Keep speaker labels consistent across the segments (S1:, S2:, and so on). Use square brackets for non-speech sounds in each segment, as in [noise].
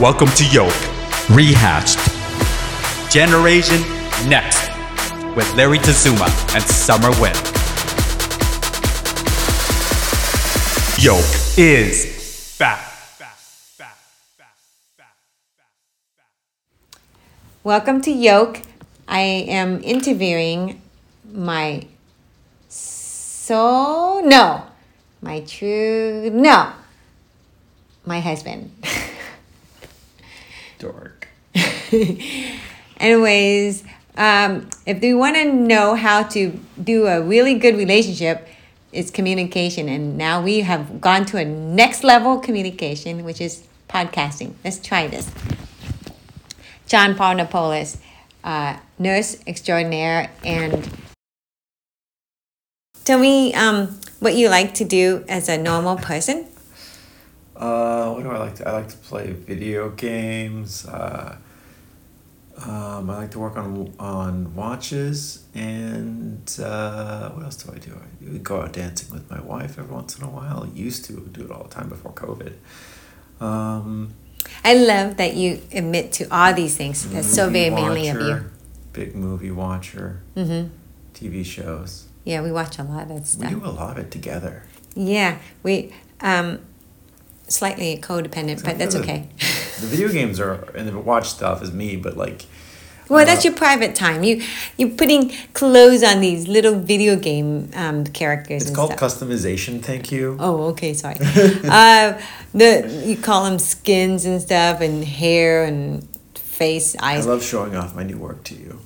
S1: Welcome to Yoke, Rehashed, Generation Next, with Larry Tazuma and Summer Wynn. Yoke is back.
S2: Welcome to Yoke. I am interviewing my so no, my true no, my husband.
S3: Dork.
S2: Anyways, um, if you want to know how to do a really good relationship, it's communication. And now we have gone to a next level communication, which is podcasting. Let's try this. John Paul Napolis, uh, nurse extraordinaire, and tell me um, what you like to do as a normal person.
S3: Uh, what do I like to? I like to play video games. Uh, um, I like to work on on watches, and uh, what else do I do? I go out dancing with my wife every once in a while. I used to do it all the time before COVID. Um,
S2: I love that you admit to all these things. That's so very
S3: movie
S2: manly of you. Mm-hmm.
S3: watcher, Big movie watcher. TV shows.
S2: Yeah, we watch a lot of that
S3: We
S2: stuff.
S3: do a lot of it together.
S2: Yeah, we um, slightly codependent, but that's
S3: for the-
S2: okay. [laughs]
S3: The video games are and the watch stuff is me, but like
S2: Well,
S3: Uh,
S2: that's your private time. You you're putting clothes on these little video game um, characters.
S3: it's
S2: and
S3: called
S2: stuff.
S3: customization. Thank you.
S2: Oh, okay,
S3: [laughs]
S2: sorry. uh, the you call them skins and stuff, and hair and face,
S3: I
S2: eyes.
S3: love showing off my new work to
S2: [laughs]
S3: you.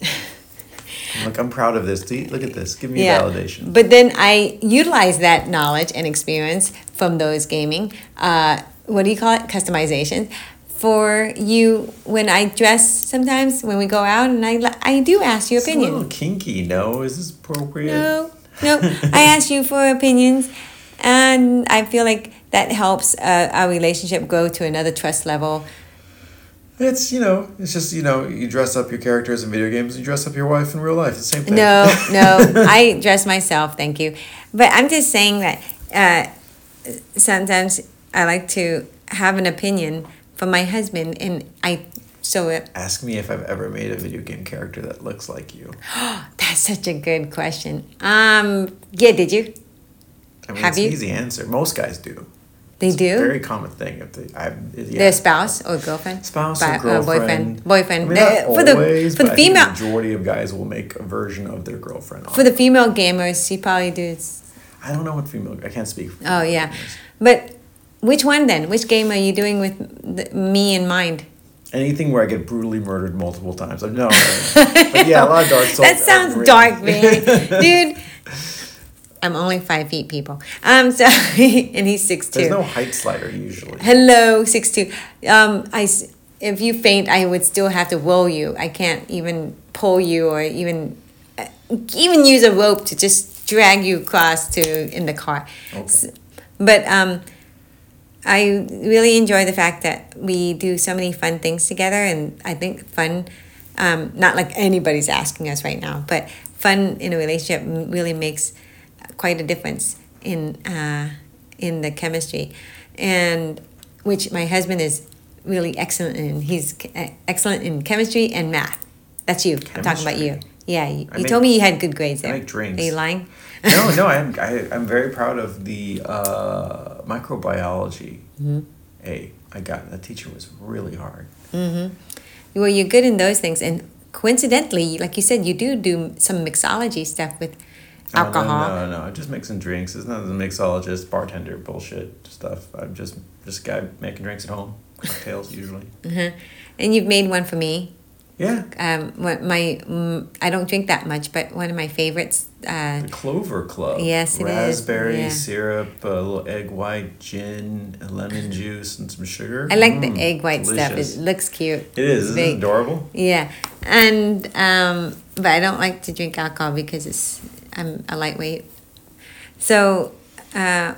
S3: I'm like, I'm proud of this. Do you- Look at this. Give me validation.
S2: But then I utilize that knowledge and experience from those gaming. Uh, what do you call it? Customization for you when I dress. Sometimes when we go out, and I I do ask your
S3: It's a little
S2: opinion.
S3: kinky, no? Is this appropriate?
S2: No, no. I ask you for opinions, and I feel like that helps uh, our relationship go to another trust level.
S3: It's, you know, it's just, you know, you dress up your characters in video games, you dress up your wife in real life. It's the same thing.
S2: No, no,
S3: [laughs]
S2: I dress myself, thank you. But I'm just saying that uh, sometimes I like to have an opinion from my husband, and I so it,
S3: Ask me if I've ever made a video game character that looks like you.
S2: that's such a good question. Um, yeah, did you?
S3: I mean,
S2: Have
S3: it's
S2: you?
S3: an easy answer. Most guys do.
S2: They do.
S3: Very common thing. If they, I, yeah.
S2: Their spouse or girlfriend?
S3: spouse
S2: Ba-
S3: or
S2: uh,
S3: girlfriend.
S2: boyfriend.
S3: I
S2: Boyfriend.
S3: mean,
S2: They-
S3: not
S2: for the
S3: always,
S2: for
S3: but
S2: the
S3: I think
S2: female
S3: the majority of guys will make a version of their girlfriend.
S2: for the female gamers, she probably does.
S3: I don't know what female. I can't speak. for
S2: Oh
S3: female
S2: yeah,
S3: gamers.
S2: but which one then? Which game are you doing with the, me in mind?
S3: Anything where I get brutally murdered multiple times. I'm- No,
S2: [laughs]
S3: I- but yeah, a lot of dark souls.
S2: That sounds
S3: are-
S2: dark, man.
S3: [laughs]
S2: Dude, I'm only five feet, people. Um, so [laughs] and he's six two.
S3: There's no height slider
S2: [laughs]
S3: usually.
S2: Hello, six two. Um, I s- if you faint, I would still have to roll you. I can't even pull you or even uh, even use a rope to just drag you across to in the car. S- But um, I really enjoy the fact that we do so many fun things together, and I think fun, um, not like anybody's asking us right now, but fun in a relationship m- really makes quite a difference in uh, in the chemistry, and which my husband is really excellent in. He's c- e- excellent in chemistry and math. That's you. I'm talking about you. Yeah, you,
S3: I
S2: you
S3: make-
S2: told me you had good grades
S3: I
S2: there.
S3: make drinks.
S2: Are you lying?
S3: No, no, I'm I, I'm very proud of the uh, microbiology.
S2: Mm-hmm.
S3: A I got that teacher was really hard.
S2: Well, you're good in those things, and coincidentally, like you said, you do do some mixology stuff with
S3: No, no,
S2: alcohol.
S3: No, no, no, just mixing drinks. It's not the mixologist, bartender bullshit stuff. I'm just just a guy making drinks at home, cocktails
S2: [laughs]
S3: usually.
S2: And you've made one for me.
S3: Yeah,
S2: Um, what my mm, I don't drink that much, but one of my favorites. Uh,
S3: The Clover Club.
S2: Yes, it is.
S3: Raspberry
S2: Yeah.
S3: syrup, a little egg white, gin, and
S2: [clears throat]
S3: lemon juice, and some sugar.
S2: I like
S3: Mm,
S2: the egg white
S3: delicious.
S2: stuff. It looks cute.
S3: It is. Isn't
S2: Big.
S3: it adorable?
S2: Yeah, and um, but I don't like to drink alcohol because it's I'm a lightweight. So, uh,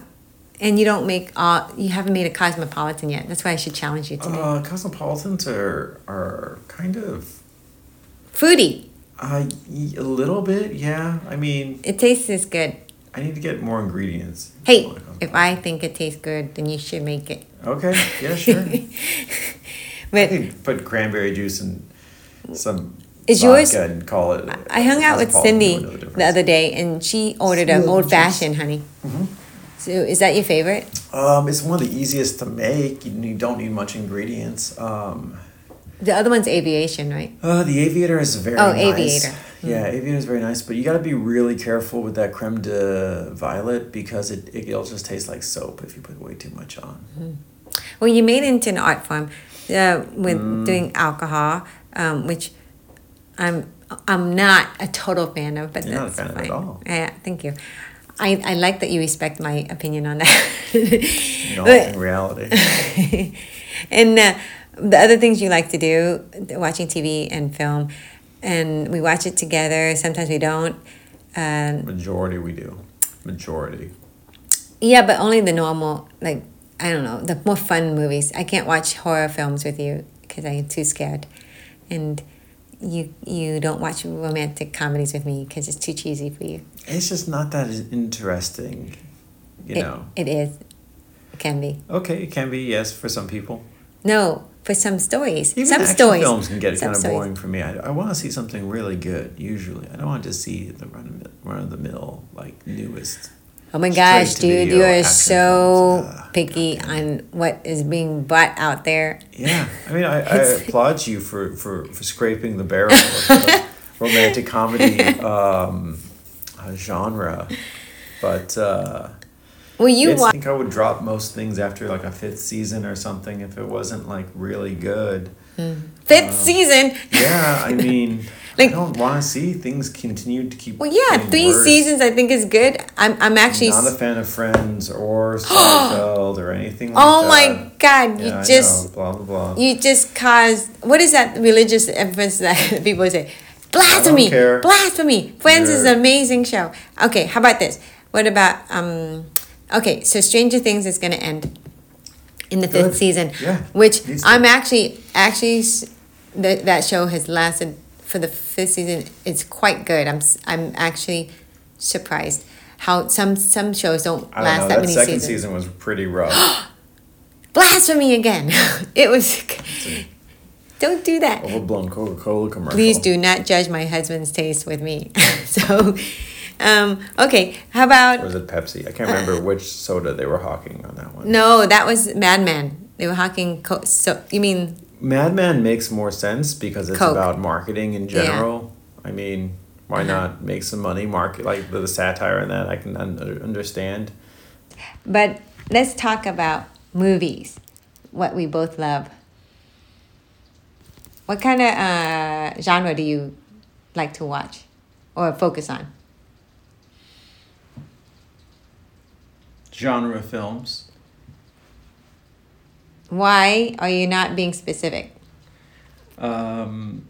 S2: and you don't make all you haven't made a cosmopolitan yet. That's why I should challenge you today.
S3: Uh, cosmopolitans are are kind of
S2: Foodie,
S3: uh, y- a little bit, yeah. I mean,
S2: it tastes as good.
S3: I need to get more ingredients.
S2: Hey, if I think it tastes good, then you should make it.
S3: okay, yeah, sure.
S2: [laughs] But
S3: You could put cranberry juice and some
S2: Is
S3: vodka
S2: yours-
S3: and call it.
S2: I hung out with
S3: Cosmopolitan,
S2: Cindy
S3: you would know
S2: the,
S3: difference.
S2: other day, and she ordered an
S3: Smooth
S2: old fashioned, honey.
S3: Mm-hmm.
S2: So, is that your favorite?
S3: Um, it's one of the easiest to make. You you don't need much ingredients. Um,
S2: The other one's aviation, right?
S3: uh, the aviator is very
S2: Oh,
S3: nice.
S2: Aviator.
S3: Yeah, aviator is very nice, but you got to be really careful with that creme de violet because it it'll just taste like soap if you put way too much on.
S2: Well, you made it into an art form uh, with
S3: Mm.
S2: doing alcohol, um, which I'm I'm not a total fan of, but
S3: You're not a
S2: that's
S3: fan of it
S2: fine.
S3: at all.
S2: Yeah, thank you. I, I like that you respect my opinion on
S3: [laughs]
S2: that.
S3: You know,
S2: But-
S3: in reality,
S2: [laughs] and uh, the other things you like to do watching tv and film and we watch it together sometimes we don't um,
S3: majority we do, majority.
S2: yeah but only the normal like i don't know the more fun movies i can't watch horror films with you because i'm too scared and you you don't watch romantic comedies with me because it's too cheesy for you
S3: It's just not that interesting, you
S2: It-
S3: know.
S2: it is it can be
S3: Okay, it can be yes for some people.
S2: no for some stories
S3: Even
S2: some
S3: action
S2: stories
S3: films can get
S2: some
S3: kind of
S2: stories.
S3: boring for me. I, I want to see something really good usually. I don't want to see the run of, the- run of the mill like newest.
S2: Oh my
S3: Straight
S2: gosh,
S3: to
S2: dude,
S3: video
S2: you are
S3: action
S2: so
S3: films. Ugh,
S2: picky on what is being brought out there.
S3: Yeah, I mean,
S2: [laughs]
S3: I, I applaud you for, for, for scraping the barrel of
S2: [laughs]
S3: the romantic comedy um, uh, genre, but uh,
S2: Well, you
S3: it's- I
S2: watch.
S3: think I would drop most things after like a fifth season or something if it wasn't like really
S2: [laughs]
S3: good.
S2: fifth
S3: uh,
S2: season. [laughs]
S3: Yeah, I mean,
S2: Like-
S3: I don't want to see things continue to keep.
S2: Well, yeah,
S3: getting
S2: three
S3: worse.
S2: seasons I think is good. I'm, I'm actually.
S3: Not a fan of Friends
S2: [gasps]
S3: or Seinfeld or anything like
S2: oh
S3: that.
S2: my god,
S3: Yeah,
S2: you
S3: I
S2: just
S3: know, blah blah blah.
S2: you just caused what is that religious emphasis that [laughs] people say? Blasphemy,
S3: care.
S2: blasphemy. Friends is
S3: You're-
S2: an amazing show. Okay, how about this? What about um? Okay, so Stranger Things is gonna end in the fifth
S3: Good.
S2: season,
S3: Yeah,
S2: which
S3: needs to.
S2: I'm actually actually s- that that show has lasted for the fifth season. It's quite good. I'm s- I'm actually surprised how some some shows don't
S3: I
S2: last
S3: don't know.
S2: that
S3: That,
S2: many
S3: second
S2: seasons
S3: season was pretty
S2: [gasps]
S3: rough.
S2: blasphemy again. [laughs] it was. [laughs] Don't do
S3: Oh,
S2: that.
S3: Overblown Coca Cola commercial.
S2: Please do not judge my husband's taste with me. [laughs] so, um, okay. How about
S3: Or was it Pepsi? I can't remember which soda they were hawking on that one.
S2: Uh. no? That was Mad Men. They were hawking. Co- so you mean
S3: Madman makes more sense because it's
S2: Coke. Uh-huh.
S3: about marketing in general. I mean, why not make some money? Market like the, the satire in that I can un- understand.
S2: But let's talk about movies, what we both love. What kind of uh, genre do you like to watch or focus on?
S3: Genre films.
S2: Why are you not being specific?
S3: Um,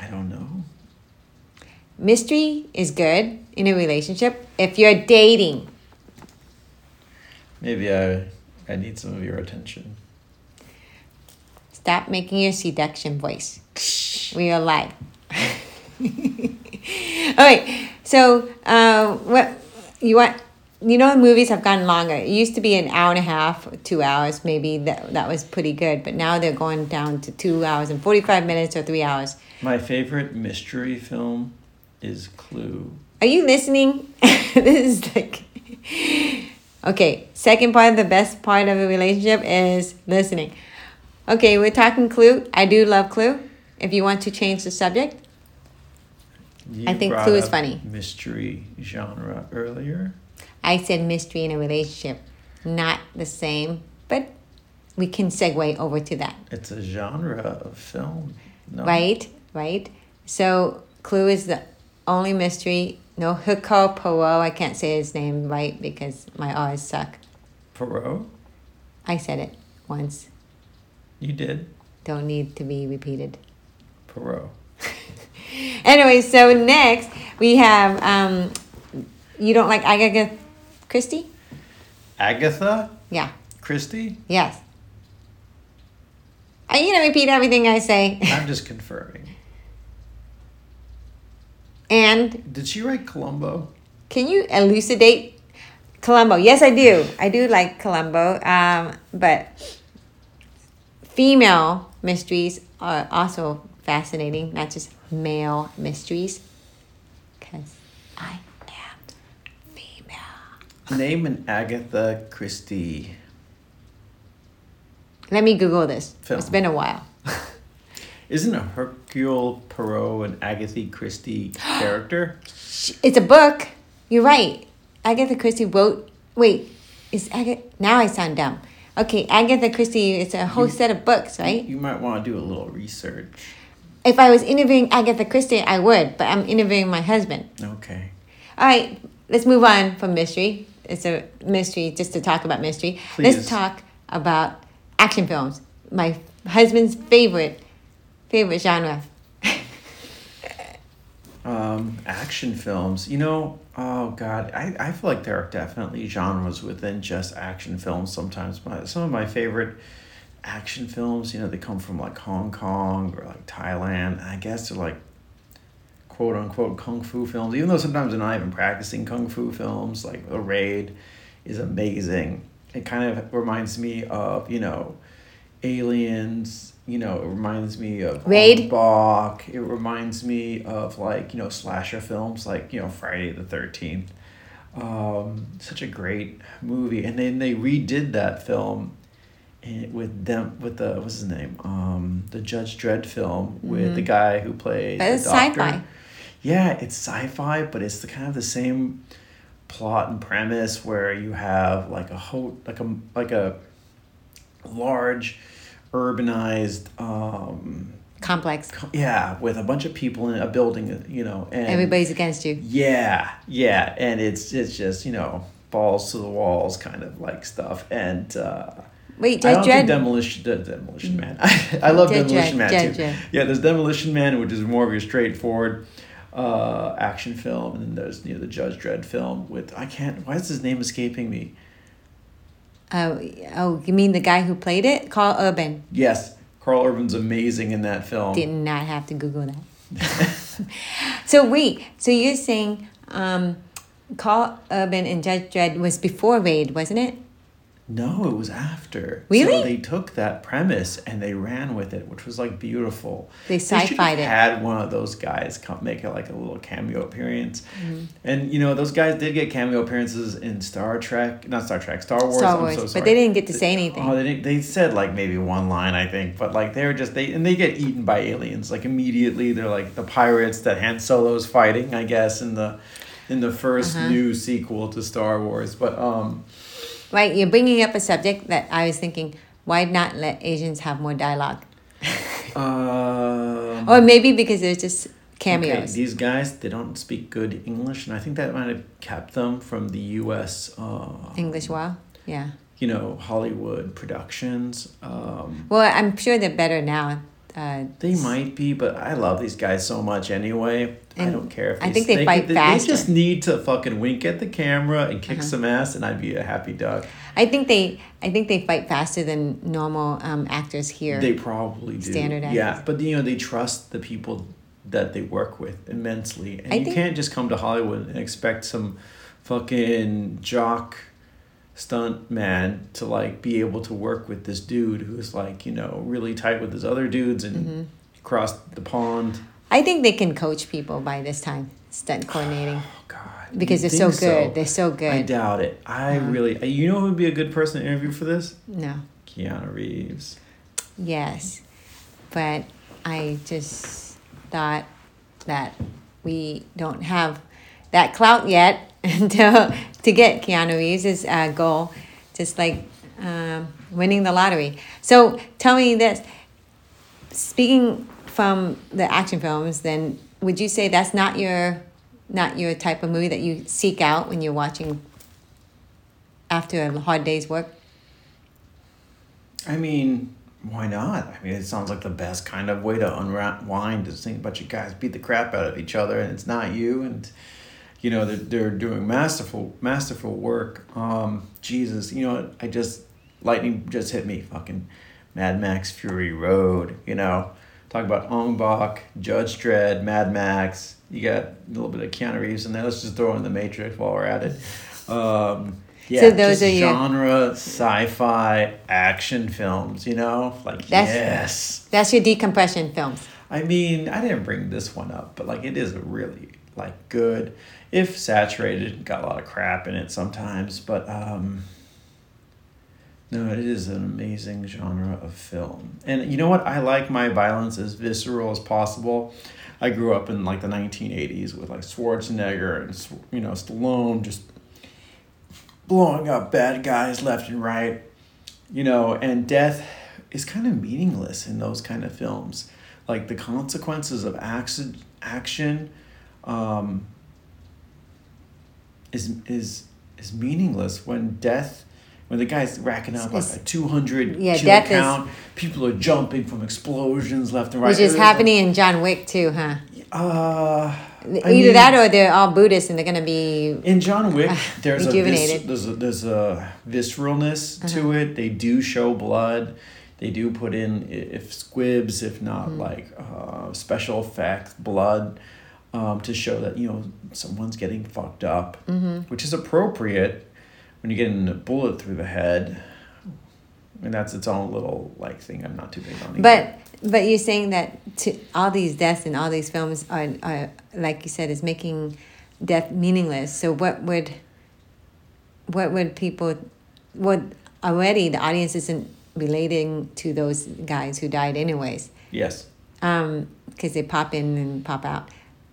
S3: I don't know.
S2: Mystery is good in a relationship if you're dating.
S3: Maybe I I need some of your attention.
S2: Stop making your seduction voice. We are live. [laughs] All right. So, uh, what you want? You know, movies have gotten longer. It used to be an hour and a half, two hours, maybe that that was pretty good. But now they're going down to two hours and forty five minutes or three hours.
S3: My favorite mystery film is Clue.
S2: Are you listening? [laughs] this is like okay. Second part, the best part of a relationship is listening. Okay, we're talking Clue. I do love Clue. If you want to change the subject,
S3: You
S2: I think
S3: brought
S2: Clue is
S3: up
S2: funny.
S3: Mystery genre earlier.
S2: I said mystery in a relationship, not the same, but we can segue over to that,
S3: It's a genre of film. No.
S2: right? Right. So Clue is the only mystery. No, Hiko Poirot. I can't say his name right because my R's suck.
S3: Perot?
S2: I said it once.
S3: You did.
S2: don't need to be repeated.
S3: Perot.
S2: Anyway, so next we have um, you don't like Agatha Christie?
S3: Agatha
S2: Yeah.
S3: Christie?
S2: Yes. Are you gonna repeat everything I say?
S3: I'm just confirming.
S2: and
S3: Did she write Columbo?
S2: can you elucidate Columbo? Yes, I do. I do like Columbo, um, but female mysteries are also fascinating, not just male mysteries. Because I am female.
S3: Name an Agatha Christie.
S2: Let me Google this.
S3: Film.
S2: It's been a while.
S3: Isn't a Hercule Poirot an Agatha
S2: [gasps]
S3: Christie character?
S2: It's a book. You're right. Agatha Christie wrote. Wait, is Agatha. Now I sound dumb. Okay, Agatha Christie, it's a whole set of books, right?
S3: You might want to do a little research.
S2: If I was interviewing Agatha Christie, I would, but I'm interviewing my husband.
S3: Okay.
S2: All right, let's move on from mystery. It's a mystery just to talk about mystery.
S3: Please.
S2: Let's talk about action films. My husband's favorite favorite genre.
S3: Um, action films. You know, oh god, I, I feel like there are definitely genres within just action films sometimes. My some of my favorite action films, you know, they come from like Hong Kong or like Thailand. I guess they're like quote unquote kung fu films, even though sometimes I'm not even practicing kung fu films, like The Raid is amazing. It kind of reminds me of, you know, Aliens, you know, it reminds me of
S2: Raid?
S3: Bach. It reminds me of like, you know, slasher films like, you know, Friday the 13th. Um, such a great movie. And then they redid that film and with them with the what's his name um the judge dredd film with the guy who
S2: Mm-hmm.
S3: played
S2: But
S3: the
S2: it's
S3: doctor.
S2: sci-fi.
S3: yeah it's sci-fi but it's the kind of the same plot and premise where you have like a whole like a like a large urbanized um
S2: Complex.
S3: yeah with a bunch of people in a building you know and
S2: Everybody's against you.
S3: yeah, yeah, and it's it's just you know balls to the walls kind of like stuff, and uh,
S2: Wait, Judge
S3: I don't think
S2: Dredd-
S3: Demolition the Demolition Man. [laughs] I, love
S2: Judge
S3: Demolition
S2: Dredd,
S3: Man
S2: Judge
S3: too.
S2: Dredd.
S3: Yeah, there's Demolition Man, which is more of your straightforward uh, action film, and then there's you know the Judge Dredd film with I can't why is his name escaping me?
S2: Oh, oh, you mean the guy who played it? Carl Urban.
S3: Yes, Carl Urban's amazing in that film.
S2: Did not have to Google that. [laughs] so wait, so you're saying um, Carl Urban and Judge Dredd was before Raid, wasn't it?
S3: No, it was after.
S2: Really?
S3: So they took that premise and they ran with it, which was like beautiful.
S2: They
S3: should
S2: sci-fi'd
S3: have
S2: it.
S3: Had one of those guys come make a, like a little cameo appearance,
S2: Mm-hmm.
S3: and you know those guys did get cameo appearances in Star Trek, not Star Trek, Star Wars.
S2: Star
S3: I'm
S2: Wars,
S3: so sorry.
S2: but they didn't get to say anything.
S3: Oh, they didn't, they said like maybe one line I think, but like they're just they and they get eaten by aliens like immediately. They're like the pirates that Han Solo's fighting, I guess, in the in the 1st
S2: Uh-huh.
S3: new sequel to Star Wars, but um.
S2: Right, you're bringing up a subject that I was thinking, why not let Asians have more dialogue?
S3: Um,
S2: Or maybe because there's just
S3: okay,
S2: cameos.
S3: these guys, they don't speak good English, and I think that might have kept them from the U.S. Uh,
S2: English well, yeah.
S3: you know, Hollywood productions. Um,
S2: Well, I'm sure they're better now. Uh,
S3: they might be, but I love these guys so much anyway. I
S2: And
S3: don't care if
S2: I think they
S3: could-
S2: fight
S3: they,
S2: faster. Uh-huh.
S3: just need to fucking wink at the camera and kick some ass, and I'd be a happy duck.
S2: I think they, I think they fight faster than normal um, actors here.
S3: They probably do.
S2: Standard
S3: Yeah, but you know they trust the people that they work with immensely, and
S2: I
S3: you
S2: think-
S3: can't just come to Hollywood and expect some fucking jock stunt man to like be able to work with this dude who's like you know really tight with his other dudes and
S2: Mm-hmm.
S3: crossed the pond.
S2: I think they can coach people by this time, stunt coordinating.
S3: Oh God!
S2: Because
S3: you
S2: they're so
S3: think
S2: good. They're so good. Uh-huh.
S3: I doubt it. I really. uh, You know who would be a good person to interview for this?
S2: No.
S3: Keanu Reeves.
S2: Yes. But I just thought that we don't have that clout yet [laughs] until to get Keanu Reeves' uh, goal, just like um, winning the lottery. So tell me this speaking from the action films, then would you say that's not your not your type of movie that you seek out when you're watching after a hard day's work?
S3: I mean, why not? I mean, it sounds like the best kind of way to unwind is think about you guys beat the crap out of each other, and it's not you, and you know they're they're doing masterful masterful work. Um, Jesus, you know what? I just lightning just hit me. Fucking Mad Max Fury Road. You know, talk about Ong Bak, Judge Dredd, Mad Max. You got a little bit of Keanu Reeves in there. Let's just throw in the Matrix while we're at it. Um,
S2: so those
S3: just
S2: are your
S3: genre sci-fi action films. You know, like
S2: That's-
S3: yes.
S2: that's your decompression films.
S3: I mean, I didn't bring this one up, but like it is a really like good, if saturated, got a lot of crap in it sometimes, but um no, it is an amazing genre of film. And you know what? I like my violence as visceral as possible. I grew up in like the 1980s with like Schwarzenegger and you know Stallone just blowing up bad guys left and right you know, and death is kind of meaningless in those kind of films. Like the consequences of accident, action um, is is is meaningless when death when the guy's racking up like
S2: It's-
S3: a 200
S2: yeah,
S3: kill
S2: death is-
S3: count, people are jumping from explosions left and right.
S2: Which is
S3: It
S2: happening in John Wick too, huh?
S3: Uh,
S2: Either that or they're all Buddhists and they're gonna be
S3: In John Wick, there's
S2: Ah,
S3: a, vis-
S2: rejuvenated. Uh-huh.
S3: there's a there's a visceralness to it. They do show blood. They do put in i- if squibs, if not
S2: Hmm.
S3: like uh, special effects, blood um, to show that you know someone's getting fucked up,
S2: Mm-hmm.
S3: which is appropriate when you're getting a bullet through the head. And that's its own little like thing. I'm not too big on. either.
S2: But but you're saying that to all these deaths in all these films are, are like you said is making death meaningless. So what would what would people what already the audience isn't relating to those guys who died anyways
S3: yes,
S2: um because they pop in and pop out.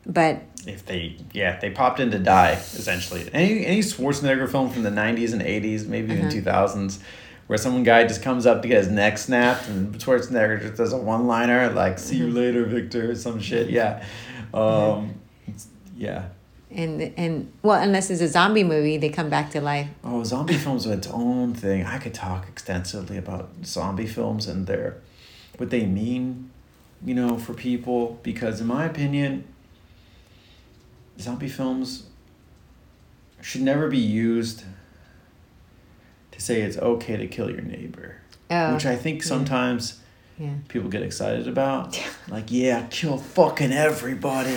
S2: But
S3: if they yeah they popped in to die essentially any any Schwarzenegger film from the 90s and 80s maybe even 2000s where some guy just comes up to get his neck snapped and Schwarzenegger just does a one liner like see you later Victor or some shit yeah um it's- yeah
S2: and and well unless it's a zombie movie they come back to life.
S3: oh zombie films are its own thing I could talk extensively about zombie films and their what they mean you know for people because in my opinion zombie films should never be used to say it's okay to kill your neighbor,
S2: Oh,
S3: which I think sometimes
S2: yeah.
S3: people get excited about. like, [laughs] yeah, kill fucking everybody.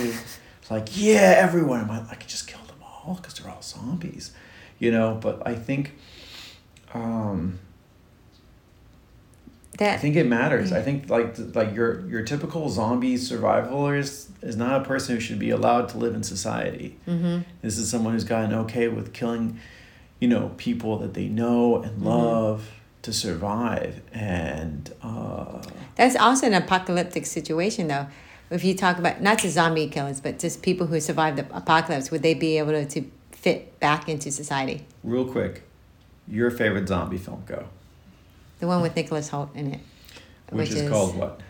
S3: It's like, yeah, everyone. I'm like, I could just kill them all because they're all zombies, you know. But I think, um, I
S2: That
S3: think it matters. I think like th- like your your typical zombie survivalist is not a person who should be allowed to live in society. Mm-hmm. This is someone who's gotten okay with killing, you know, people that they know and love to survive. And uh,
S2: That's also an apocalyptic situation, though. If you talk about not just zombie killers, but just people who survived the apocalypse, would they be able to, to fit back into society?
S3: real quick, your favorite zombie film go,
S2: The one with Nicholas Holt in it,
S3: which, is, called what?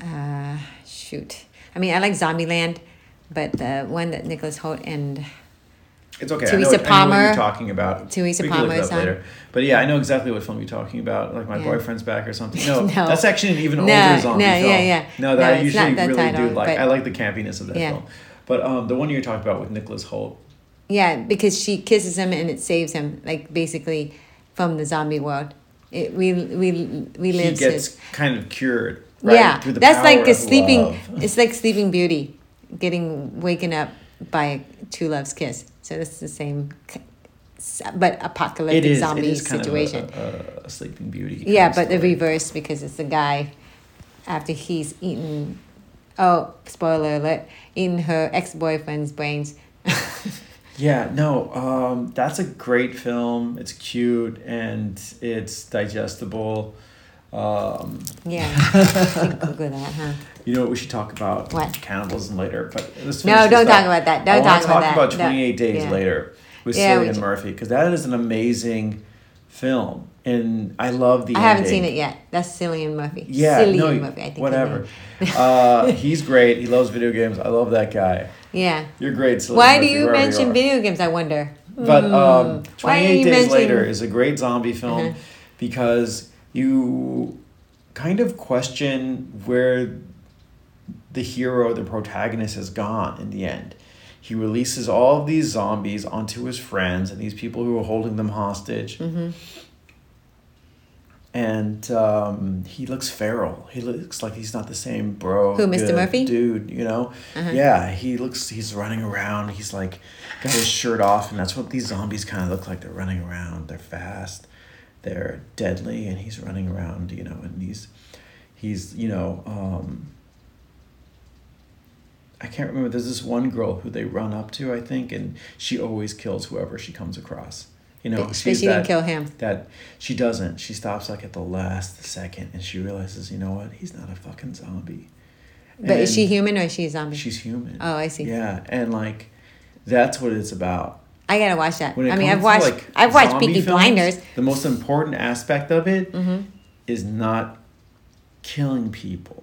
S2: Uh, shoot, I mean, I like Zombieland, but the one that Nicholas Holt and
S3: It's okay.
S2: Teresa
S3: I know, what- I know what
S2: Palmer.
S3: you're talking about.
S2: Teresa
S3: we can look
S2: Palmer's
S3: it up later.
S2: on-
S3: But yeah, I know exactly what film you're talking about. Like my
S2: Yeah.
S3: boyfriend's back or
S2: [laughs]
S3: something. No,
S2: No.
S3: that's actually an even
S2: No,
S3: older zombie
S2: no, yeah,
S3: film.
S2: yeah.
S3: No,
S2: No,
S3: that I
S2: it's
S3: usually
S2: not that
S3: really do
S2: title,
S3: like.
S2: but-
S3: I like the campiness of that
S2: Yeah.
S3: film. But um, the one you were talking about with Nicholas Holt.
S2: yeah, because she kisses him and it saves him, like basically from the zombie world. It we we we
S3: He
S2: lives
S3: gets
S2: his
S3: kind of cured. Right?
S2: yeah,
S3: Through the
S2: that's like
S3: power
S2: the
S3: of
S2: sleeping.
S3: love.
S2: [laughs] It's like Sleeping Beauty, getting waken up by a true love's kiss. So that's the same, k- s- but apocalyptic
S3: It is.
S2: zombie
S3: It is kind
S2: situation.
S3: of a, a, a Sleeping Beauty. kind
S2: yeah,
S3: of
S2: but the
S3: story.
S2: reverse because it's the guy after he's eaten. Oh, spoiler alert! In her ex boyfriend's brains.
S3: Yeah, no, um, that's a great film. It's cute and it's digestible. Um,
S2: yeah,
S3: [laughs]
S2: Google that, huh?
S3: You know what we should talk about?
S2: What?
S3: Cannibalism later. But let's
S2: No,
S3: finish
S2: don't
S3: this
S2: talk
S3: up.
S2: about that.
S3: I
S2: Don't
S3: wanna
S2: talk about that.
S3: about
S2: No.
S3: 28 Days
S2: Yeah.
S3: Later with
S2: Yeah, we
S3: Cillian
S2: should-
S3: Murphy because that is an amazing film. And I love the
S2: I haven't
S3: ending.
S2: seen it yet. That's Cillian Murphy.
S3: Yeah,
S2: Cillian
S3: no,
S2: Murphy. I think his
S3: whatever.
S2: name.
S3: uh, he's great. He loves video games. I love that guy.
S2: Yeah. [laughs]
S3: You're great, Cillian
S2: Why do
S3: Murphy,
S2: you
S3: wherever
S2: mention
S3: are.
S2: video games? I wonder.
S3: But um,
S2: Mm. Why are
S3: 28
S2: you
S3: Days
S2: mentioning-
S3: Later is a great zombie film
S2: Uh-huh.
S3: because you kind of question where the hero, the protagonist, has gone in the end. He releases all of these zombies
S2: Mm-hmm.
S3: onto his friends and these people who are holding them hostage. and um, he looks feral. He looks like he's not the same bro.
S2: Who, Mr.
S3: good
S2: Murphy? Uh-huh.
S3: Dude, you know. Yeah, he looks. He's running around. He's like got his shirt off, and that's what these zombies kind of look like. They're running around. They're fast. They're deadly, and he's running around. You know, and he's he's you know. Um, I can't remember. There's this one girl who they run up to, I think, and she always kills whoever she comes across. You know,
S2: But- but
S3: she's
S2: she didn't
S3: that-
S2: kill him.
S3: That she doesn't. She stops like at the last second, and she realizes, you know what? He's not a fucking zombie.
S2: But is she
S3: And
S2: human or is she a zombie?
S3: She's human.
S2: Oh, I see.
S3: Yeah, and like, that's what it's about.
S2: I gotta watch that.
S3: When it
S2: I mean,
S3: comes
S2: I've
S3: to,
S2: watched
S3: like,
S2: I've watched
S3: zombie
S2: Peaky
S3: films,
S2: Blinders. Mm-hmm.
S3: The most important aspect of it is not killing people.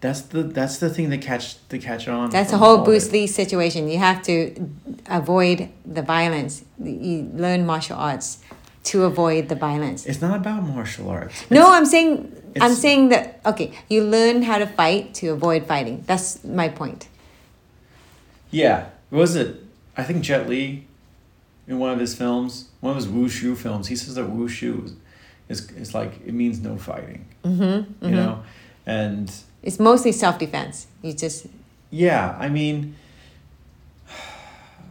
S3: That's the that's the thing that catch to catch on.
S2: That's the
S3: from
S2: whole
S3: all
S2: Bruce
S3: this.
S2: Lee situation. You have to avoid the violence. You learn martial arts to avoid the violence.
S3: It's not about martial arts.
S2: No, I'm saying I'm
S3: it's-
S2: saying that okay, you learn how to fight to avoid fighting. That's my point.
S3: Yeah. What was it? I think Jet Li, in one of his films, one of his wushu films, he says that wushu is, is like, it means no fighting. Mm-hmm, You know? And
S2: It's mostly self defense. You just
S3: yeah, I mean, [sighs]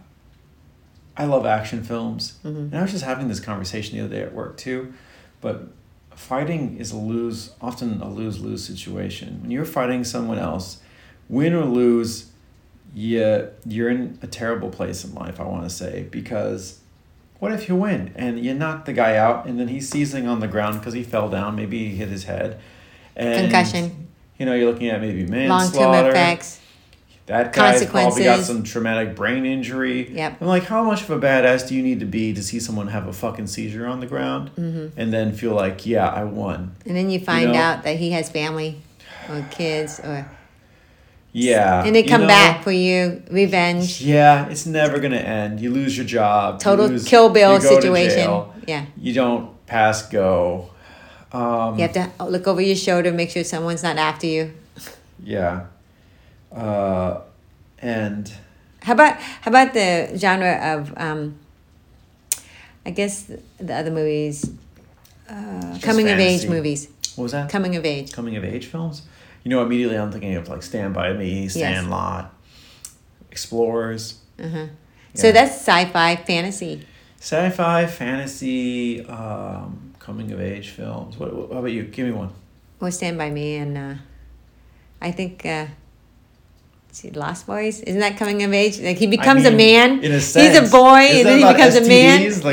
S3: I love action films. And I was just having this conversation the other day at work too. But fighting is a lose, often a lose lose situation. When you're fighting someone else, win or lose, you, you're in a terrible place in life, I want to say, because what if you win and you knock the guy out and then he's seizing on the ground because he fell down, maybe he hit his head. And,
S2: Concussion.
S3: You know, you're looking at maybe
S2: long
S3: manslaughter.
S2: term effects.
S3: That guy probably got
S2: Consequences.
S3: some traumatic brain injury.
S2: Yep.
S3: I'm like, how much of a badass do you need to be to see someone have a fucking seizure on the ground
S2: Mm-hmm.
S3: and then feel like, yeah, I won.
S2: And then you find
S3: know?
S2: out that he has family or kids or
S3: Yeah.
S2: and they
S3: Uh, you
S2: come
S3: know?
S2: back for you, revenge.
S3: Yeah, it's never gonna end. You lose your job. you
S2: Total
S3: lose-
S2: Kill Bill
S3: you go to
S2: situation.
S3: jail.
S2: Yeah.
S3: You don't pass go. Um,
S2: You have to look over your shoulder, make sure someone's not after you.
S3: yeah. Uh, and
S2: How about how about the genre of um, I guess the other movies, uh, coming of age
S3: fantasy.
S2: movies,
S3: what was that?
S2: coming of age.
S3: coming of age films. You know, immediately I'm thinking of like Stand By Me, Sandlot, Explorers,
S2: So
S3: Yeah.
S2: that's sci-fi fantasy.
S3: sci fi, fantasy, um, coming of age films. What, what, how about you? Give me one.
S2: Well, Stand by Me and uh, I think. Uh, see, Lost Boys isn't that coming of age? Like he becomes
S3: mean,
S2: a man.
S3: In a
S2: He's
S3: sense.
S2: a boy,
S3: Is
S2: and
S3: that
S2: then he
S3: about
S2: becomes a man.
S3: STDs?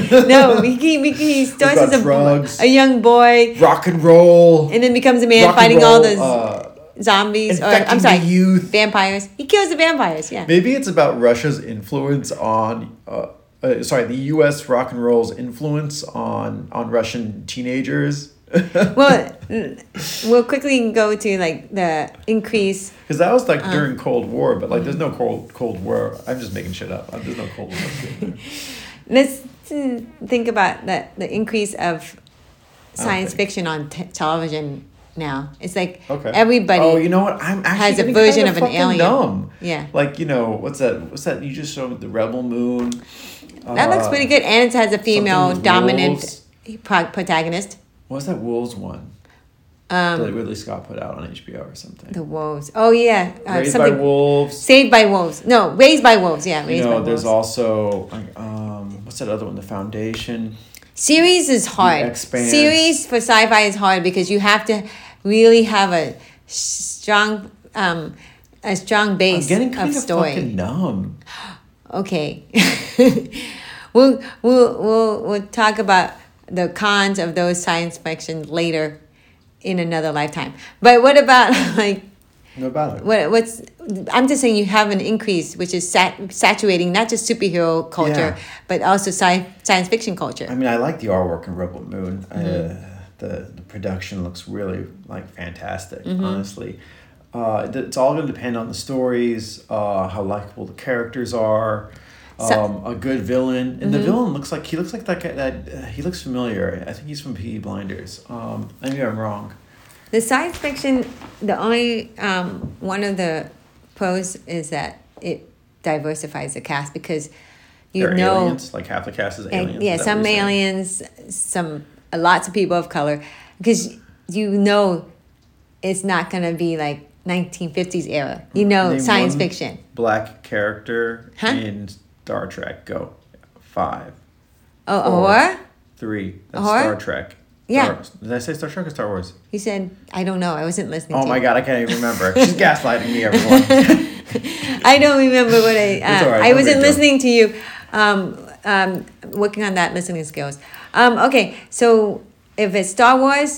S3: Like the-
S2: [laughs] no, he, he, he starts
S3: about
S2: as a,
S3: drugs?
S2: a young boy,
S3: rock and roll.
S2: and then becomes a man
S3: rock and
S2: fighting all
S3: roll,
S2: those
S3: uh,
S2: zombies. Or
S3: infecting
S2: I'm sorry,
S3: the youth.
S2: vampires. He kills the vampires. Yeah.
S3: Maybe it's about Russia's influence on, uh, uh, sorry, the U.S. rock and roll's influence on on Russian teenagers. [laughs]
S2: well, n- we'll quickly go to like the increase.
S3: Because that was like
S2: Uh-huh.
S3: during Cold War, but like there's no
S2: Mm-hmm.
S3: Cold Cold War. I'm just making shit up. There's no Cold War.
S2: Let's uh, think about the the increase of science
S3: Okay.
S2: fiction on t- television now. It's like
S3: Okay.
S2: everybody.
S3: Oh, you know what? I'm actually
S2: has a
S3: getting
S2: version
S3: kinda
S2: of an
S3: fucking
S2: alien.
S3: Dumb.
S2: Yeah.
S3: Like you know what's that? What's that? You just showed me the Rebel Moon.
S2: that looks
S3: Uh,
S2: pretty good, and it has a female
S3: with
S2: dominant
S3: wolves.
S2: pro- protagonist.
S3: What was that Wolves one? Um, that Ridley Scott put out on HBO or something.
S2: The wolves. Oh yeah, uh,
S3: Raised by
S2: something.
S3: Wolves.
S2: Saved by wolves. No, raised by wolves. Yeah,
S3: You
S2: raised
S3: know,
S2: by
S3: there's
S2: wolves.
S3: also like, um, what's that other one? The Foundation.
S2: Series is
S3: The
S2: hard.
S3: Expanse.
S2: Series for sci-fi is hard because you have to really have a strong, um, a strong
S3: I'm
S2: base
S3: getting kind
S2: of
S3: of
S2: story.
S3: fucking numb.
S2: Okay, [laughs] we'll we'll we'll we'll talk about the cons of those science fiction later in another lifetime. But what about [laughs] like
S3: No about it.
S2: what what's I'm just saying you have an increase which is sat, saturating not just superhero culture
S3: Yeah.
S2: but also sci- science fiction culture.
S3: I mean, I like the artwork in Rebel Moon. Uh,
S2: Mm-hmm.
S3: the the production looks really like fantastic. Honestly, uh, th- it's all going to depend on the stories, uh, how likable the characters are.
S2: So- Mm-hmm.
S3: Um, a good villain, and the villain looks like he looks like that guy. That uh, he looks familiar. I think he's from Peaky Blinders. Um, maybe I'm wrong.
S2: The science fiction, the only um, one of the pros is that it diversifies the cast because you
S3: They're
S2: know,
S3: aliens. Like half the cast is
S2: and-
S3: aliens.
S2: yeah,
S3: is that what
S2: some
S3: you're saying?
S2: aliens, some uh, lots of people of color because you know it's not gonna be like 1950s era. You know,
S3: Hmm. Name
S2: oh, science
S3: one
S2: fiction.
S3: Black character
S2: Huh?
S3: in Star Trek. Go. Five.
S2: Oh,
S3: four,
S2: Aurora?
S3: Three. That's
S2: Ahura?
S3: Star Trek.
S2: Yeah.
S3: Star- did I say Star Trek or Star Wars?
S2: He said, I don't know. I wasn't listening.
S3: Oh
S2: to
S3: my
S2: you.
S3: god, I can't even remember. She's gaslighting me,
S2: [laughs]
S3: everyone.
S2: I don't remember what I.
S3: It's
S2: Uh,
S3: all right,
S2: I
S3: no
S2: wasn't
S3: big deal.
S2: listening to you. Um, um, working on that listening skills. Um, okay, so if it's Star Wars,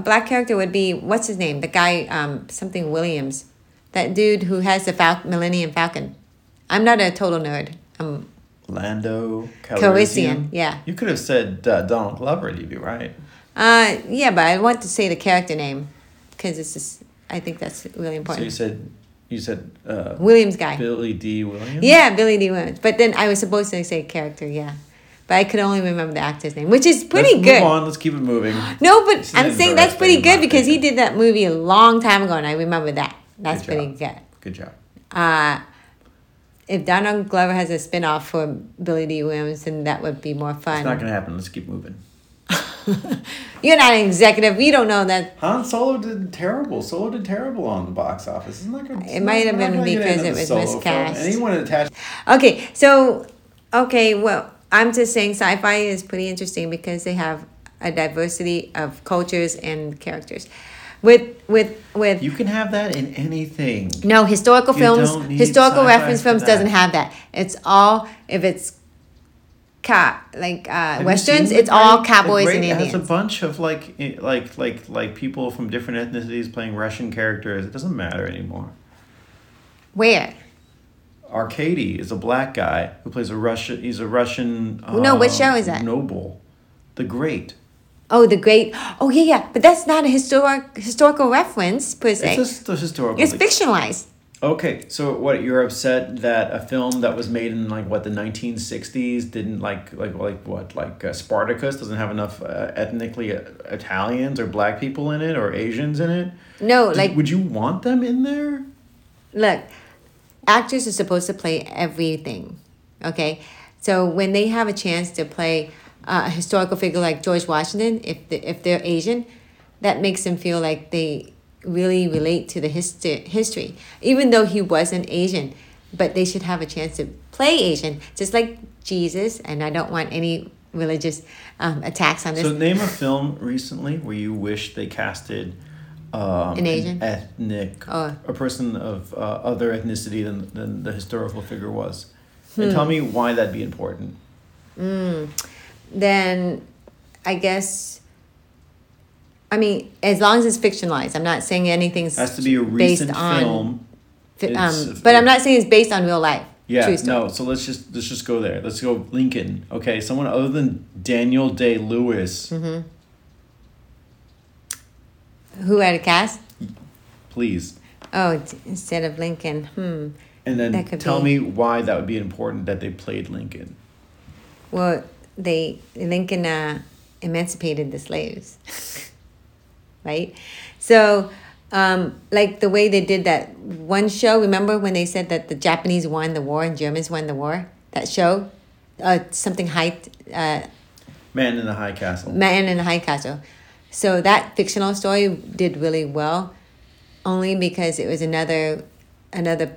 S2: a black character would be what's his name? The guy, um, something Williams, that dude who has the Fal- Millennium Falcon. I'm not a total nerd. Um,
S3: Lando
S2: Calrissian,
S3: Calrissian.
S2: yeah.
S3: You could have said uh, Donald Glover, and you'd be right.
S2: uh, yeah, but I want to say the character name because this is. I think that's really
S3: So you
S2: important.
S3: said you said uh,
S2: Williams guy.
S3: Billy D. Williams.
S2: Yeah, Billy D. Williams. But then I was supposed to say character, yeah. But I could only remember the actor's name, which is pretty
S3: Let's
S2: good.
S3: Move on. Let's keep it moving.
S2: [gasps] No, but
S3: This is
S2: I'm saying that's
S3: interesting,
S2: pretty
S3: in
S2: good
S3: my
S2: because he did that movie a long time ago, and I remember that. That's
S3: Good
S2: pretty
S3: job.
S2: good.
S3: Good job.
S2: Uh, if Donald Glover has a spin off for Billy D. Williams, then that would be more
S3: It's not
S2: fun.
S3: gonna happen. Let's keep moving.
S2: You're not an executive. You don't know that.
S3: Han Solo did terrible. Solo did terrible on the box office. Isn't that gonna,
S2: It might have
S3: we're not
S2: been
S3: gonna get
S2: because
S3: another
S2: it was
S3: Solo
S2: miscast.
S3: Film. Anyone attached
S2: Okay, so, okay, well, I'm just saying sci fi is pretty interesting because they have a diversity of cultures and characters. With, with, with.
S3: You can have that in anything.
S2: No, historical
S3: You
S2: films,
S3: don't need
S2: historical
S3: sci-fi
S2: reference
S3: for
S2: films
S3: that.
S2: doesn't have that. It's all if it's cop like uh,
S3: Have you
S2: westerns,
S3: seen The
S2: it's all
S3: Great?
S2: cowboys
S3: the Great
S2: and
S3: Has a
S2: Indians.
S3: bunch of like, i- like, like, like people from different ethnicities playing Russian characters. It doesn't matter anymore.
S2: Where?
S3: Arcady is a black guy who plays a Russian. He's a Russian.
S2: No, what
S3: uh,
S2: show is that?
S3: Noble, the Great.
S2: Oh, the great. Oh yeah, yeah. But that's not a historic historical reference per se.
S3: It's just the historical.
S2: It's
S3: thing.
S2: fictionalized.
S3: Okay, so what you're upset that a film that was made in like what the 1960s didn't like like like what like uh, Spartacus doesn't have enough uh, ethnically uh, Italians or black people in it or Asians in it?
S2: No,
S3: Did-
S2: like
S3: would you want them in there?
S2: look, actors are supposed to play everything. Okay, so when they have a chance to play uh, a historical figure like George Washington, if the, if they're Asian, that makes them feel like they really relate to the history history, even though he wasn't Asian. But they should have a chance to play Asian, just like Jesus. And I don't want any religious um, attacks on this.
S3: So name a film recently where you wish they casted um,
S2: An Asian?
S3: ethnic,
S2: Oh.
S3: a person of uh, other ethnicity than than the historical figure was,
S2: Hmm.
S3: and tell me why that'd be important.
S2: then I guess. I mean, as long as it's fictionalized, I'm not saying anything's
S3: Has to be a recent film.
S2: fi- um,
S3: It's-
S2: but I'm not saying it's based on real life.
S3: Yeah,
S2: true story.
S3: no. So let's just let's just go there. Let's go Lincoln. Okay, someone other than Daniel Day Lewis,
S2: Mm-hmm. Who had a cast?
S3: please,
S2: Oh, t- instead of Lincoln. Hmm.
S3: and then
S2: That could
S3: tell
S2: be-
S3: me why that would be important that they played Lincoln.
S2: Well, they Lincoln uh, emancipated the slaves, [laughs] right? So, um, like the way they did that one show. Remember when they said that the Japanese won the war and Germans won the war? That show, uh, something height. Uh,
S3: Man in the High Castle.
S2: Man in the High Castle. So that fictional story did really well, only because it was another, another,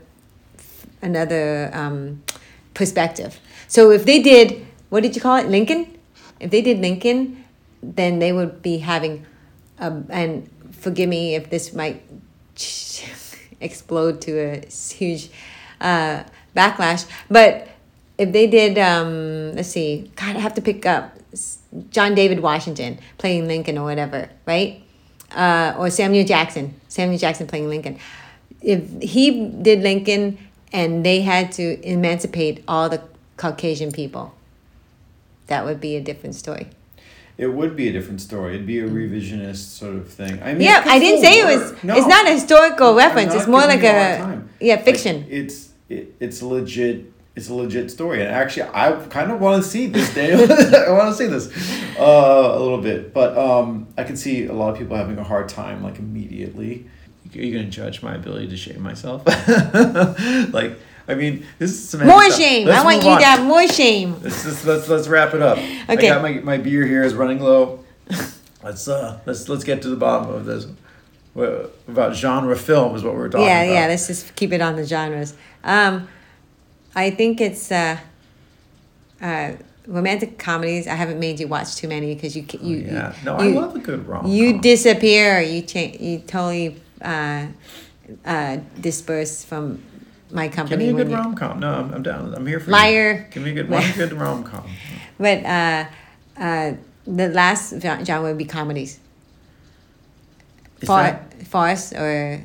S2: another um, perspective. So if they did, what did you call it, Lincoln? If they did Lincoln, then they would be having, um, and forgive me if this might [laughs] explode to a huge uh, backlash, but if they did, um, let's see, God, I have to pick up s- John David Washington playing Lincoln or whatever, right? Uh, or Samuel Jackson, Samuel Jackson playing Lincoln. If he did Lincoln and they had to emancipate all the Caucasian people, that would be a different story.
S3: It would be a different story. It'd be a revisionist sort of thing. I mean,
S2: Mm. Yeah,
S3: could
S2: I didn't
S3: still
S2: say it
S3: work.
S2: was.
S3: No.
S2: It's not a historical
S3: I'm
S2: reference.
S3: not
S2: It's more
S3: giving
S2: like
S3: you hard
S2: a
S3: time.
S2: yeah
S3: Like,
S2: fiction.
S3: it's it, it's legit. It's a legit story, and actually, I kind of want to see this. Daniel, [laughs] I want to see this uh, a little bit, but um, I can see a lot of people having a hard time like immediately. Are you gonna judge my ability to shame myself? [laughs] like, I mean, this is some heavy
S2: more
S3: stuff.
S2: shame.
S3: Let's
S2: I want
S3: move
S2: you
S3: on.
S2: to have more shame.
S3: Let's, just, let's let's wrap it up. I
S2: Okay.
S3: got my my beer here is running low. Let's uh, let's let's get to the bottom of this. Well, About genre film is what we're talking
S2: yeah,
S3: about.
S2: yeah. Let's just keep it on the genres. Um, I think it's uh, uh, romantic comedies. I haven't made you watch too many because you ca- you
S3: Oh, yeah.
S2: you-
S3: No, I
S2: you-
S3: love a good rom.
S2: You disappear. You change. You totally uh, uh, disperse from my
S3: Give
S2: company.
S3: me a good
S2: when you-
S3: rom com. No, I'm, I'm down. I'm here for you.
S2: Liar.
S3: Give me a good one good rom com.
S2: But uh, uh, the last gen- genre would be comedies.
S3: Is
S2: Far,
S3: that?
S2: farce or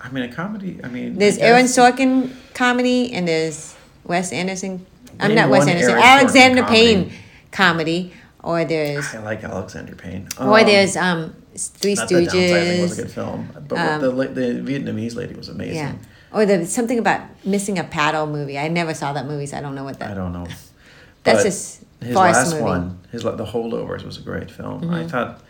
S3: I mean, a comedy. I mean, I
S2: there's Aaron
S3: guess-
S2: Sorkin comedy and there's Wes Anderson. I'm
S3: Name
S2: not Wes
S3: one
S2: Anderson.
S3: Aaron Sorkin
S2: Alexander
S3: comedy.
S2: Payne comedy or there's
S3: I like Alexander Payne.
S2: or
S3: Um,
S2: there's um Three
S3: not that downsizing was
S2: Stooges. Um,
S3: a good film, but what the la- the Vietnamese lady was amazing.
S2: Yeah. Or the something about missing a paddle movie. I never saw that movie, so I don't know what that.
S3: I don't know.
S2: [laughs] That's
S3: But
S2: his
S3: his
S2: farce
S3: last
S2: movie.
S3: one. His la- the holdovers was a great film.
S2: Mm-hmm.
S3: I thought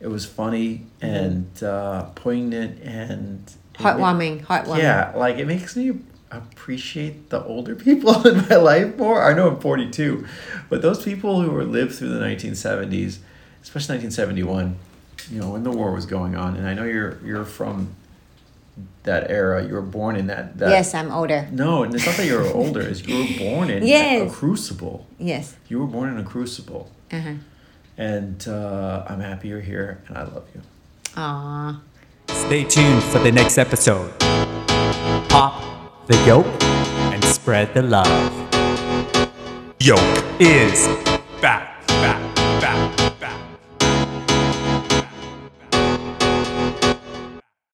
S3: it was funny and uh, poignant and it ma-
S2: Heartwarming, heartwarming.
S3: Yeah, like it makes me appreciate the older [laughs] people in my life more. I know I'm 42, but those people who were lived through the 1970s, especially 1971, you know, when the war was going on, and I know you're you're from that era. You were born in that. that
S2: Yes, I'm older.
S3: No, and it's not that you're older. It's you were born in a
S2: Yes.
S3: crucible.
S2: Yes.
S3: You were born in a crucible,
S2: Uh-huh.
S3: and uh, I'm happy you're here, and I love you.
S2: Aw.
S1: Stay tuned for the next episode. Pop the yolk and spread the love. Yolk is back.